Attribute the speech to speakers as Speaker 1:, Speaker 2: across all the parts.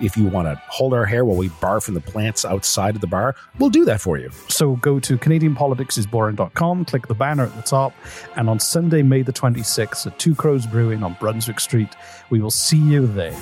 Speaker 1: If you want to hold our hair while we barf in the plants outside of the bar, we'll do that for you.
Speaker 2: So go to CanadianPoliticsIsBoring.com, click the banner at the top, and on Sunday, May the 26th at Two Crows Brewing on Brunswick Street, we will see you there.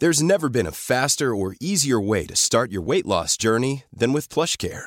Speaker 3: There's never been a faster or easier way to start your weight loss journey than with PlushCare.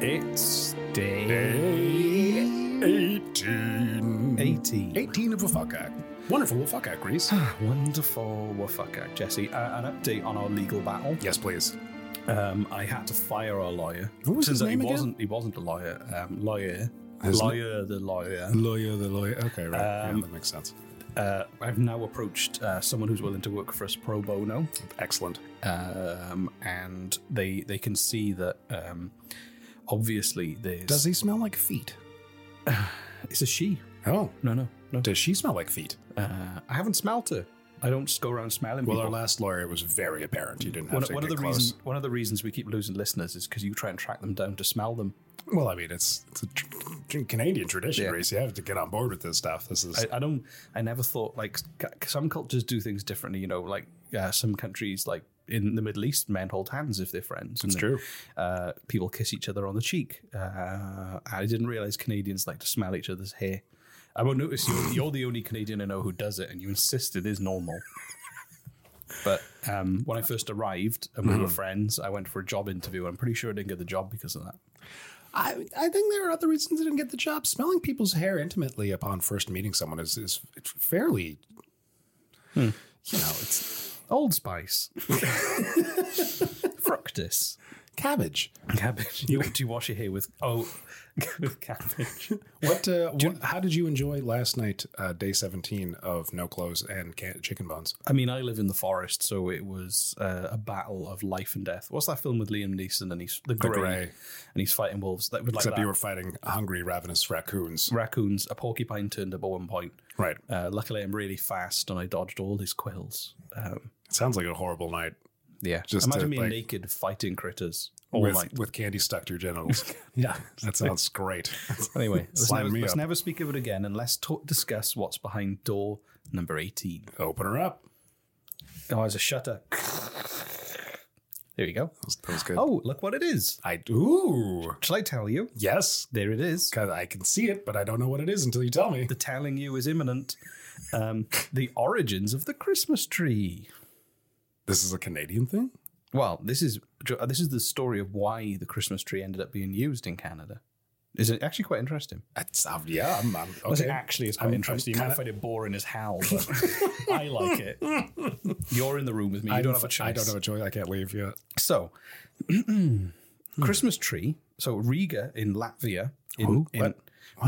Speaker 4: It's day 18.
Speaker 2: 18.
Speaker 4: 18 of a fuck act. Wonderful fuck act, Reese.
Speaker 2: Wonderful. Well, fuck it, Jesse. Uh, an update on our legal battle.
Speaker 4: yes, please.
Speaker 2: Um, I had to fire our lawyer.
Speaker 4: Who was
Speaker 2: Turns
Speaker 4: his
Speaker 2: out
Speaker 4: name
Speaker 2: he
Speaker 4: again?
Speaker 2: wasn't. He wasn't a lawyer. Um, lawyer.
Speaker 4: His na-
Speaker 2: lawyer. The lawyer.
Speaker 4: Lawyer, the lawyer. Okay, right.
Speaker 2: Um,
Speaker 4: yeah, that makes sense.
Speaker 2: Uh, I've now approached uh, someone who's willing to work for us pro bono,
Speaker 4: Excellent.
Speaker 2: um, and they they can see that um, obviously there's.
Speaker 4: Does he smell like feet?
Speaker 2: It's a she.
Speaker 4: Oh.
Speaker 2: No, no, no.
Speaker 4: Does she smell like feet?
Speaker 2: Uh, I haven't smelled her. I don't just go around smelling
Speaker 4: Well,
Speaker 2: people.
Speaker 4: our last lawyer it was very apparent. You didn't have
Speaker 2: one,
Speaker 4: to
Speaker 2: one of
Speaker 4: get
Speaker 2: the
Speaker 4: close.
Speaker 2: reasons one of the reasons we keep losing listeners is because you try and track them down to smell them.
Speaker 4: Well, I mean, it's, it's a tr- tr- Canadian tradition,
Speaker 2: Yeah.
Speaker 4: Reese. You have to get on board with this stuff. This is.
Speaker 2: I, I don't. I never thought like c- some cultures do things differently. You know, like uh, some countries, like in the Middle East, men hold hands if they're friends. and
Speaker 4: It's
Speaker 2: then,
Speaker 4: true.
Speaker 2: Uh, people kiss each other on the cheek. Uh, I didn't realize Canadians like to smell each other's hair. I won't notice you. You're the only Canadian I know who does it, and you insist it is normal. But um, when I first arrived and we were friends, I went for a job interview. I'm pretty sure I didn't get the job because of that.
Speaker 4: I, I think there are other reasons I didn't get the job. Smelling people's hair intimately upon first meeting someone is, is it's fairly, you know, it's
Speaker 2: Old Spice, Fructus.
Speaker 4: cabbage.
Speaker 2: Cabbage. You want to wash your hair with oh, with cabbage.
Speaker 4: What, uh, what how did you enjoy last night, uh, day 17 of No Clothes and can- Chicken Bones?
Speaker 2: I mean, I live in the forest, so it was uh, a battle of life and death. What's that film with Liam Neeson and he's the
Speaker 4: The
Speaker 2: gray,
Speaker 4: Grey.
Speaker 2: and he's fighting wolves? That was like
Speaker 4: Except
Speaker 2: that.
Speaker 4: you were fighting hungry, ravenous raccoons.
Speaker 2: raccoons. A porcupine turned up at one point.
Speaker 4: Right.
Speaker 2: Uh, luckily, I'm really fast and I dodged all his quills. Um,
Speaker 4: It sounds like a horrible night
Speaker 2: yeah,
Speaker 4: Just
Speaker 2: imagine
Speaker 4: to,
Speaker 2: me
Speaker 4: like-
Speaker 2: naked fighting critters all
Speaker 4: with,
Speaker 2: night.
Speaker 4: with candy stuck to your genitals. yeah. That sounds great.
Speaker 2: Anyway, let's,
Speaker 4: Sign
Speaker 2: never,
Speaker 4: me
Speaker 2: let's
Speaker 4: up.
Speaker 2: never speak of it again, and let's talk, discuss what's behind door number eighteen.
Speaker 4: Open her up.
Speaker 2: Oh, it's a shutter. There you go.
Speaker 4: That was, that was good.
Speaker 2: Oh, look what it is.
Speaker 4: I, ooh.
Speaker 2: Shall I tell you?
Speaker 4: Yes.
Speaker 2: There it is.
Speaker 4: 'Cause I can see it, but I don't know what it is until you tell me.
Speaker 2: The telling you is imminent. Um, the origins of the Christmas tree.
Speaker 4: This is a Canadian thing?
Speaker 2: uh, Well, this is this is the story of why the Christmas tree ended up being used in Canada. is it actually quite interesting.
Speaker 4: That's, uh, yeah, I'm, I'm okay.
Speaker 5: Was it actually is quite
Speaker 4: I'm-
Speaker 5: interesting.
Speaker 4: I'm
Speaker 5: you might
Speaker 4: kinda-
Speaker 5: find it boring as hell, but I like it. You're in the room with me. You
Speaker 4: I
Speaker 5: don't have a choice.
Speaker 4: I don't have a choice. I can't leave yet.
Speaker 2: So, Christmas tree. So Riga in Latvia. In,
Speaker 4: Who?
Speaker 2: in-
Speaker 4: What?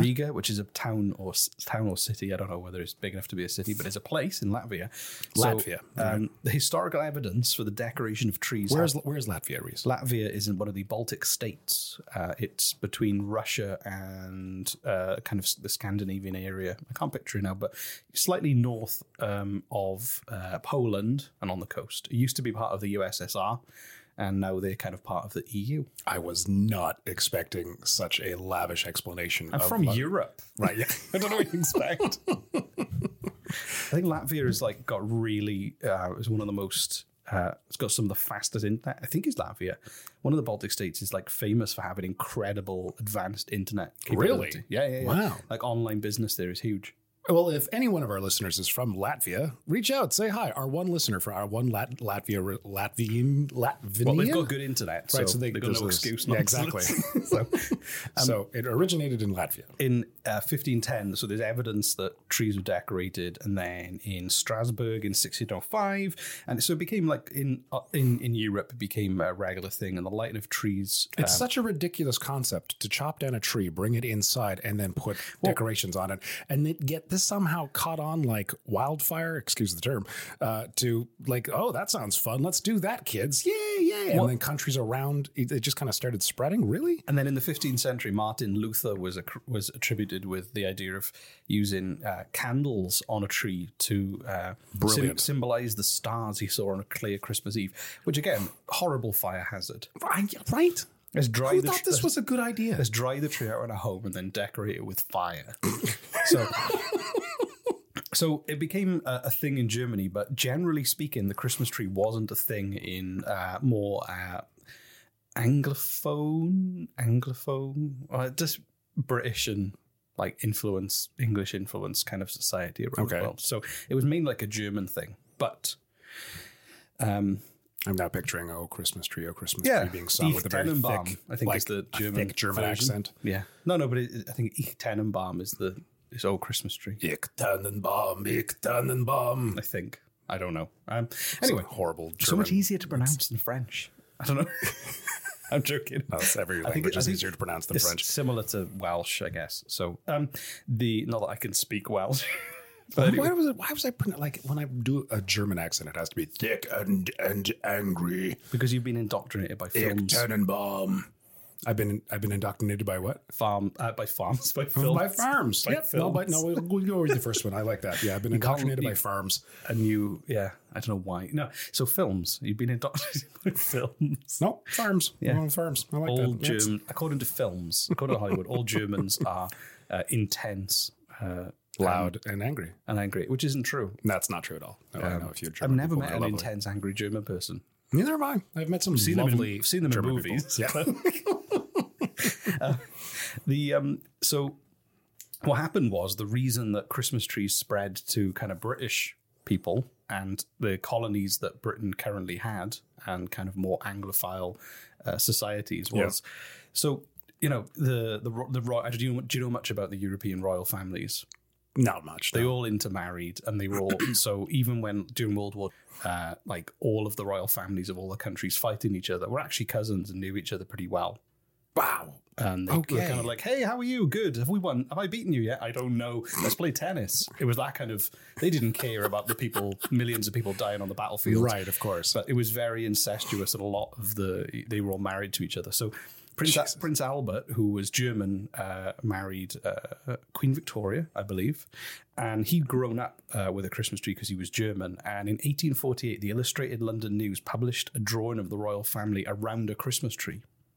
Speaker 2: Riga, which is a town or s- town or city, I don't know whether it's big enough to be a city, but it's a place in Latvia. So,
Speaker 4: Latvia,
Speaker 2: um, the historical evidence for the decoration of trees.
Speaker 4: Where's Where's Latvia, Reese?
Speaker 2: Latvia is in one of the Baltic states. Uh, it's between Russia and uh, kind of s- the Scandinavian area. I can't picture it now, but slightly north um, of uh, Poland and on the coast. It used to be part of the USSR, and now they're kind of part of the E EU.
Speaker 4: I was not expecting such a lavish explanation.
Speaker 2: I'm
Speaker 4: of
Speaker 2: from
Speaker 4: Lat-
Speaker 2: Europe.
Speaker 4: right? Yeah, I don't know what you expect.
Speaker 2: I think Latvia has like got really uh, is one of the most. Uh, it's got some of the fastest internet. I think it's Latvia. One of the Baltic states is like famous for having incredible advanced internet.
Speaker 4: Really?
Speaker 2: capability. Yeah, yeah, yeah.
Speaker 4: Wow.
Speaker 2: Like online business there is huge.
Speaker 4: well, if any one of our listeners is from Latvia, reach out, say hi. Our one listener for our one Lat- Latvia re- Latvian Latvian.
Speaker 2: Well, they've got good internet, so,
Speaker 4: right, so they
Speaker 2: they've got
Speaker 4: this
Speaker 2: no
Speaker 4: is-
Speaker 2: excuse.
Speaker 4: Yeah,
Speaker 2: Not
Speaker 4: exactly. so,
Speaker 5: um,
Speaker 4: so it originated in Latvia.
Speaker 2: in uh, 1510, so there's evidence that trees were decorated, and then in Strasbourg in 1605, and so it became like in uh, in in Europe, it became a regular thing. And the light of trees, uh,
Speaker 4: It's such a ridiculous concept to chop down a tree, bring it inside, and then put decorations on it, and it get this somehow caught on like wildfire. Excuse the term. Uh, to like, oh, that sounds fun. Let's do that, kids. Yay, yay! And then countries around it, it just kind of started spreading. Really?
Speaker 2: And then in the 15th century, Martin Luther was acc- was attributed with the idea of using uh, candles on a tree to uh,
Speaker 4: Brilliant.
Speaker 2: symbolize the stars he saw on a clear Christmas Eve, which again, horrible fire hazard.
Speaker 4: Right? right?
Speaker 2: Let's dry
Speaker 4: Who
Speaker 2: the
Speaker 4: thought
Speaker 2: tr-
Speaker 4: this was a good idea?
Speaker 2: Let's dry the tree out in a home and then decorate it with fire. so. So it became a, a thing in Germany, but generally speaking, the Christmas tree wasn't a thing in uh, more uh, anglophone, anglophone, or just British and like influence, English influence kind of society around
Speaker 4: Okay.
Speaker 2: the world. So it was mainly like a German thing, but um,
Speaker 4: I'm now picturing oh Christmas tree, oh Christmas
Speaker 2: Yeah.
Speaker 4: tree being sung
Speaker 2: Ich
Speaker 4: with a very
Speaker 2: Tannenbaum,
Speaker 4: thick,
Speaker 2: I think is the
Speaker 4: a
Speaker 2: German
Speaker 4: thick German
Speaker 2: version.
Speaker 4: accent.
Speaker 2: yeah, no, no, but it, I think Ich Tannenbaum is the is old Christmas tree.
Speaker 4: Ich Tannenbaum, ich Tannenbaum.
Speaker 2: I think I don't know. Um, anyway,
Speaker 4: horrible. German.
Speaker 2: so much easier to pronounce than French. I don't know. I'm joking.
Speaker 4: No, Oh, it's every
Speaker 2: I think
Speaker 4: language
Speaker 2: it- I
Speaker 4: is
Speaker 2: think
Speaker 4: easier to pronounce than
Speaker 2: It's
Speaker 4: French.
Speaker 2: similar to Welsh, I guess. So um, the not that I can speak Welsh. But
Speaker 4: Why was it? Why was I putting like when I do a German accent, it has to be thick and and angry.
Speaker 2: Because you've been indoctrinated by
Speaker 4: Thick
Speaker 2: films,
Speaker 4: Tannenbaum. I've been I've been indoctrinated by what?
Speaker 2: farm, uh, by farms, by films,
Speaker 4: By farms.
Speaker 2: By
Speaker 4: yep. No, but no,
Speaker 2: films.
Speaker 4: we'll, we'll go with the first one. I like that. Yeah, I've been indoctrinated by
Speaker 2: you-
Speaker 4: farms.
Speaker 2: and you, yeah, I don't know why. No, so films. You've been indoctrinated by films.
Speaker 4: No, farms.
Speaker 2: Yeah.
Speaker 4: Yeah, farms. I like
Speaker 2: all
Speaker 4: that. Yeah, it's-
Speaker 2: German, according to films, according to Hollywood, all Germans are uh, intense uh,
Speaker 4: loud and angry.
Speaker 2: and angry, which isn't true.
Speaker 4: That's not true at all. No,
Speaker 2: Um,
Speaker 4: I know if you're German.
Speaker 2: I've never
Speaker 4: people,
Speaker 2: met
Speaker 4: they're
Speaker 2: an
Speaker 4: lovely.
Speaker 2: intense, angry German person.
Speaker 4: Neither have I. I've met some
Speaker 2: seen them in-
Speaker 4: lovely.
Speaker 2: seen them in
Speaker 4: German people.
Speaker 2: movies.
Speaker 4: Yeah.
Speaker 2: The um, so what happened was the reason that Christmas trees spread to kind of British people and the colonies that Britain currently had and kind of more Anglophile uh, societies was so you know the the ro- the royal. Do you do you know much about the European royal families?
Speaker 4: Not much.
Speaker 2: They
Speaker 4: no.
Speaker 2: all intermarried, and they were all so. Even when during World War, uh, like all of the royal families of all the countries fighting each other were actually cousins and knew each other pretty well.
Speaker 4: Wow.
Speaker 2: And they were
Speaker 4: Okay.
Speaker 2: kind of like, "Hey, how are you? Good. Have we won? Have I beaten you yet? I don't know. Let's play tennis." It was that kind of. They didn't care about the people, millions of people dying on the battlefield,
Speaker 4: Right. Of course.
Speaker 2: But it was very incestuous, and a lot of the they were all married to each other. So. Prince, Prince Albert, who was German, uh, married uh, Queen Victoria, I believe, and he'd grown up uh, with a Christmas tree because he was German. And in 1848, the Illustrated London News published a drawing of the royal family around a Christmas tree.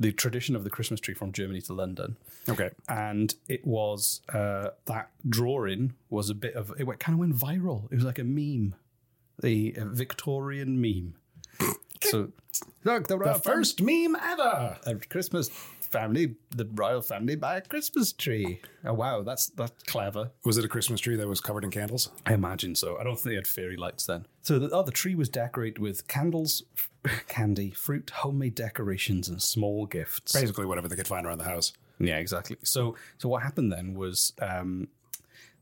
Speaker 2: the tradition of the Christmas tree from Germany to London.
Speaker 4: Okay.
Speaker 2: And it was uh, that drawing was a bit of it went, kind of went viral. It was like a meme, the uh, Victorian meme. so look, the
Speaker 4: The
Speaker 2: royal first
Speaker 4: first meme ever.
Speaker 2: Christmas family, the royal family buy a Christmas tree. Oh wow, that's that's clever.
Speaker 4: Was it a Christmas tree that was covered in candles?
Speaker 2: I imagine so. I don't think they had fairy lights then. So the, oh, the tree was decorated with candles, f- candy, fruit, homemade decorations, and small gifts.
Speaker 4: Basically, whatever they could find around the house.
Speaker 2: Yeah, exactly. So, so what happened then was um,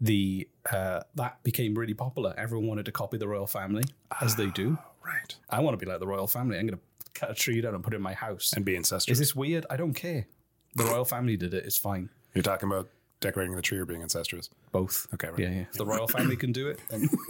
Speaker 2: the uh, that became really popular. Everyone wanted to copy the royal family, as they do.
Speaker 4: Right.
Speaker 2: I want to be like the royal family. I'm going to cut a tree down and put it in my house.
Speaker 4: And be incestuous.
Speaker 2: is this weird? I don't care. The royal family did it. It's fine.
Speaker 4: You're talking about decorating the tree or being incestuous?
Speaker 2: Both.
Speaker 4: Okay, right.
Speaker 2: Yeah, yeah. If the royal family can do it, then.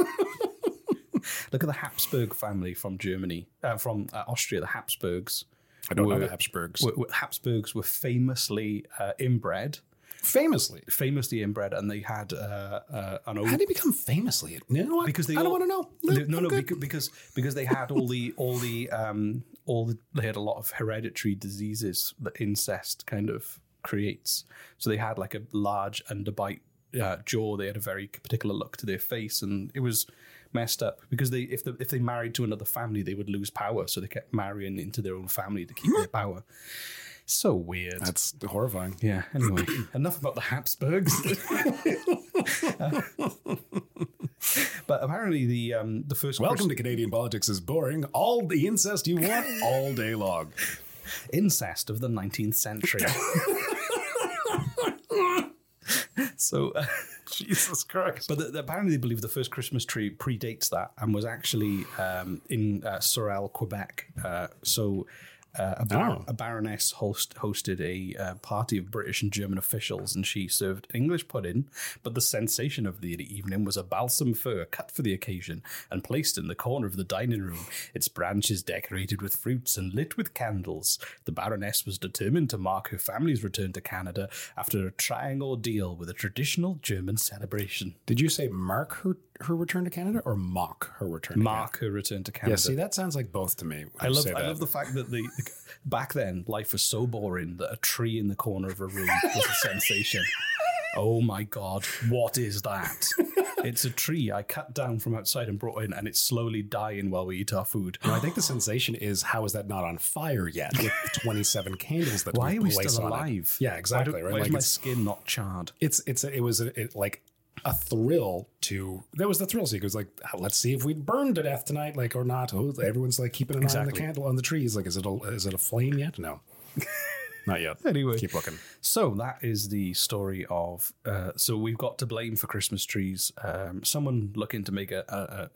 Speaker 2: Look at the Habsburg family from Germany, uh, from uh, Austria. The Habsburgs.
Speaker 4: I don't know
Speaker 2: Were-
Speaker 4: the Habsburgs.
Speaker 2: Were, were- Habsburgs were famously uh, inbred.
Speaker 4: Famously.
Speaker 2: famously inbred, and they had uh, uh, an
Speaker 4: How
Speaker 2: old
Speaker 4: did he become famously? You know what?
Speaker 2: because they
Speaker 4: I don't
Speaker 2: all-
Speaker 4: want to know.
Speaker 2: They- no,
Speaker 4: I'm
Speaker 2: no,
Speaker 4: good.
Speaker 2: becau- because because they had all the all the um all the, they had a lot of hereditary diseases that incest kind of creates. So they had like a large underbite uh, jaw. They had a very particular look to their face, and it was messed up because they if the, if they married to another family, they would lose power. So they kept marrying into their own family to keep their power. So weird.
Speaker 4: That's horrifying.
Speaker 2: Yeah. Anyway, enough about the Habsburgs. but apparently, the um, the first
Speaker 4: Welcome
Speaker 2: Christ-
Speaker 4: to Canadian politics is boring. All the incest you want all day long.
Speaker 2: incest of the 19th century. so, uh,
Speaker 4: Jesus Christ.
Speaker 2: but the, the- apparently, they believe the first Christmas tree predates that and was actually um, in uh, Sorel, Quebec. Uh, so. Uh, a, bar-
Speaker 4: Oh.
Speaker 2: a baroness host hosted a uh, party of British and German officials, and she served English pudding. But the sensation of the evening was a balsam fir cut for the occasion and placed in the corner of the dining room, its branches decorated with fruits and lit with candles. The Baroness was determined to mark her family's return to Canada after a trying ordeal with a traditional German celebration.
Speaker 4: Did you say mark her, her return to Canada or mock her return
Speaker 2: Mark her return to
Speaker 4: to Canada?
Speaker 2: Canada.
Speaker 4: Yeah, see, that sounds like both to me. when
Speaker 2: I
Speaker 4: you
Speaker 2: love,
Speaker 4: say
Speaker 2: I
Speaker 4: that.
Speaker 2: love the fact that the, the- back then life was so boring that a tree in the corner of a room was a sensation. Oh my god, what is that? It's a tree I cut down from outside and brought in, and it's slowly dying while we eat our food.
Speaker 4: No, I think the sensation is how is that not on fire yet with the 27 candles that
Speaker 2: Why
Speaker 4: we
Speaker 2: are we
Speaker 4: place
Speaker 2: still
Speaker 4: on it?
Speaker 2: alive?
Speaker 4: Yeah, exactly.
Speaker 2: Why, do-
Speaker 4: right.
Speaker 2: why
Speaker 4: Like
Speaker 2: is my
Speaker 4: it's-
Speaker 2: skin not charred?
Speaker 4: it's it's a, it was a, it, like a thrill to that was the thrill seeker. It was like "Ah, let's see if we burn to death tonight, like or not. Oh, everyone's like keeping an eye on
Speaker 2: Exactly.
Speaker 4: the candle on the trees. Like is it a is it a flame yet? No, not yet.
Speaker 2: Anyway.
Speaker 4: keep looking.
Speaker 2: So that is the story of. Uh, so we've got to blame for Christmas trees. Um, someone looking to make a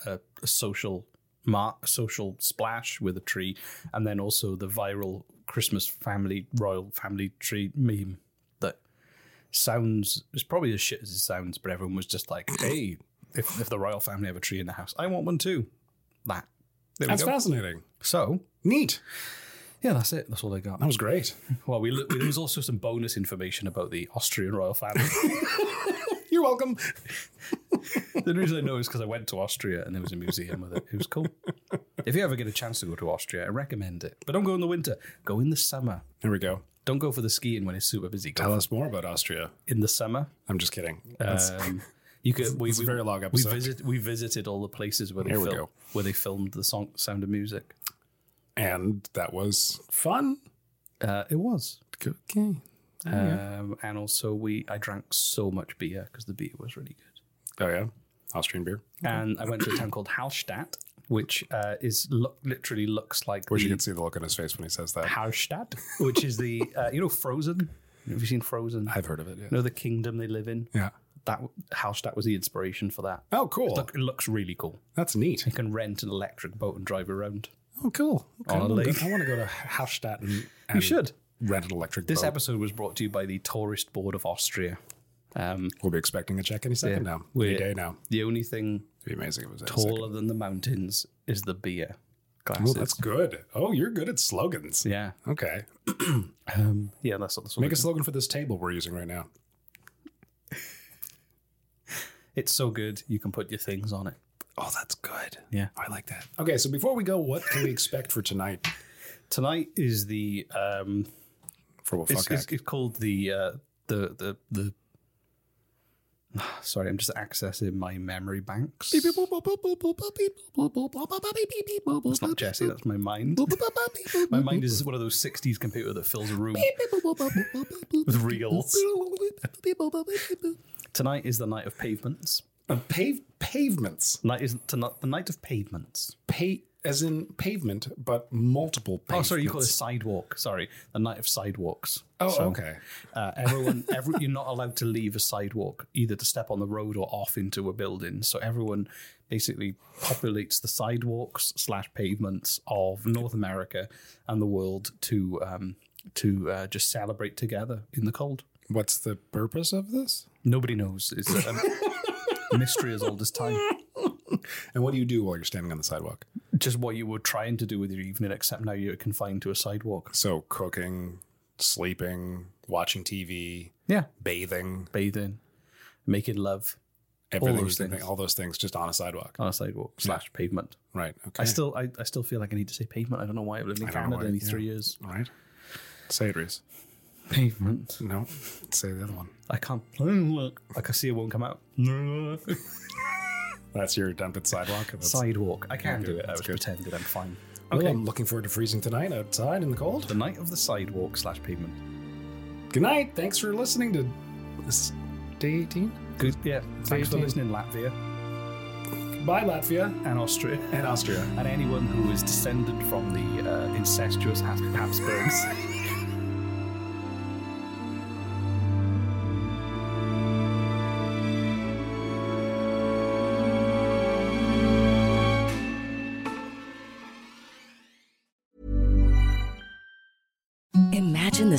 Speaker 2: a, a, a social mar- a social splash with a tree, and then also the viral Christmas family royal family tree meme that sounds is probably as shit as it sounds, but everyone was just like, "Hey, if if the royal family have a tree in the house, I want one too." That there we
Speaker 4: That's
Speaker 2: go.
Speaker 4: fascinating.
Speaker 2: So
Speaker 4: Neat.
Speaker 2: yeah, that's it. That's all I got.
Speaker 4: That was great.
Speaker 2: Well, we, we there was also some bonus information about the Austrian royal family.
Speaker 4: You're welcome.
Speaker 2: the reason I know is because I went to Austria and there was a museum with it. It was cool. If you ever get a chance to go to Austria, I recommend it. But don't go in the winter. Go in the summer.
Speaker 4: There we go.
Speaker 2: Don't go for the skiing when it's super busy. Go
Speaker 4: Tell us more about Austria.
Speaker 2: in the summer.
Speaker 4: I'm just kidding. That's-
Speaker 2: Um, you could. We,
Speaker 4: It's a
Speaker 2: we-
Speaker 4: very long
Speaker 2: We,
Speaker 4: episode.
Speaker 2: visit, we visited all the places where they
Speaker 4: Here we
Speaker 2: fil-
Speaker 4: go.
Speaker 2: where they filmed the song Sound of Music.
Speaker 4: and that was fun.
Speaker 2: Uh, it was.
Speaker 4: Okay. Oh,
Speaker 2: Um, and also, we I drank so much beer because the beer was really good.
Speaker 4: Oh yeah, Austrian beer.
Speaker 2: And I went to a town called Hallstatt, which uh, is lo- literally looks like
Speaker 4: Wish
Speaker 2: the
Speaker 4: you could see the look on his face when he says that.
Speaker 2: Hallstatt, which is the uh, you know Frozen. Have you seen Frozen?
Speaker 4: I've heard of it. Yeah.
Speaker 2: You know the kingdom they live in.
Speaker 4: Yeah.
Speaker 2: That Hallstatt was the inspiration for that.
Speaker 4: Oh, cool.
Speaker 2: It, look, it looks really cool.
Speaker 4: That's neat.
Speaker 2: You can rent an electric boat and drive around.
Speaker 4: Oh, cool. Okay,
Speaker 2: On a
Speaker 4: I wanna go-
Speaker 2: lake.
Speaker 4: I want to go to Hallstatt and, and
Speaker 2: You should.
Speaker 4: rent an electric
Speaker 2: This
Speaker 4: boat.
Speaker 2: episode was brought to you by the Tourist Board of Austria. Um,
Speaker 4: We'll be expecting a check any second now.
Speaker 2: We're-
Speaker 4: Any day now.
Speaker 2: the only thing
Speaker 4: It'd be amazing if it was any second.
Speaker 2: taller than the mountains is the beer
Speaker 4: Oh,
Speaker 2: glasses.
Speaker 4: that's good. Oh, you're good at slogans.
Speaker 2: yeah,
Speaker 4: Okay.
Speaker 2: um, yeah. That's what that's what
Speaker 4: Make a
Speaker 2: it-
Speaker 4: slogan for this table we're using right now.
Speaker 2: It's so good. You can put your things on it.
Speaker 4: Oh, that's good.
Speaker 2: Yeah.
Speaker 4: I like that. Okay, so before we go, what can we expect for tonight?
Speaker 2: Tonight is the um,
Speaker 4: For what
Speaker 2: it's,
Speaker 4: fuck
Speaker 2: it's, it's called the uh, the the the. Sorry, I'm just accessing my memory banks. It's not Jesse. That's my mind. My mind is one of those '60s computer that fills a room with reels. Tonight is the night of pavements.
Speaker 4: Uh, pave, pavements.
Speaker 2: Night is tonight the night of pavements.
Speaker 4: Pa- as in pavement, but multiple
Speaker 2: Oh,
Speaker 4: pavements.
Speaker 2: sorry, you call it sidewalk. Sorry, the night of sidewalks.
Speaker 4: Oh,
Speaker 2: So,
Speaker 4: okay.
Speaker 2: Uh, everyone, every, you're not allowed to leave a sidewalk, either to step on the road or off into a building. So everyone basically populates the sidewalks slash pavements of North America and the world to um, to uh, just celebrate together in the cold.
Speaker 4: What's the purpose of this?
Speaker 2: Nobody knows. It's a a mystery as old as time.
Speaker 4: And what do you do while you're standing on the sidewalk?
Speaker 2: Just what you were trying to do with your evening, except now you're confined to a sidewalk.
Speaker 4: So, cooking, sleeping, watching TV,
Speaker 2: Yeah,
Speaker 4: bathing,
Speaker 2: bathing, making love
Speaker 4: everything.
Speaker 2: those
Speaker 4: you can
Speaker 2: things.
Speaker 4: think- all those things just on a sidewalk.
Speaker 2: on a sidewalk slash pavement.
Speaker 4: Right. Okay.
Speaker 2: I still, I, I still feel like I need to say pavement. I don't know why I've lived in
Speaker 4: I don't know
Speaker 2: Canada
Speaker 4: why,
Speaker 2: only
Speaker 4: yeah.
Speaker 2: three years.
Speaker 4: All right. Say it, Reese.
Speaker 2: Pavement.
Speaker 4: No, say the other one.
Speaker 2: I can't. Look, I can see it won't come out.
Speaker 4: That's your attempt at sidewalk. That's,
Speaker 2: Sidewalk. I can do it. I
Speaker 4: that's
Speaker 2: was
Speaker 4: good.
Speaker 2: pretending I'm fine.
Speaker 4: Well, I'm looking forward to freezing tonight outside in the cold.
Speaker 2: The night of the sidewalk slash pavement.
Speaker 4: Good night. Thanks for listening to this day 18.
Speaker 2: Good. Yeah. Thanks for
Speaker 4: 18.
Speaker 2: listening, Latvia
Speaker 4: Bye, Latvia
Speaker 2: and Austria
Speaker 4: and Austria.
Speaker 2: and anyone who is descended from the uh, incestuous Haps- Habsburgs.
Speaker 6: Imagine the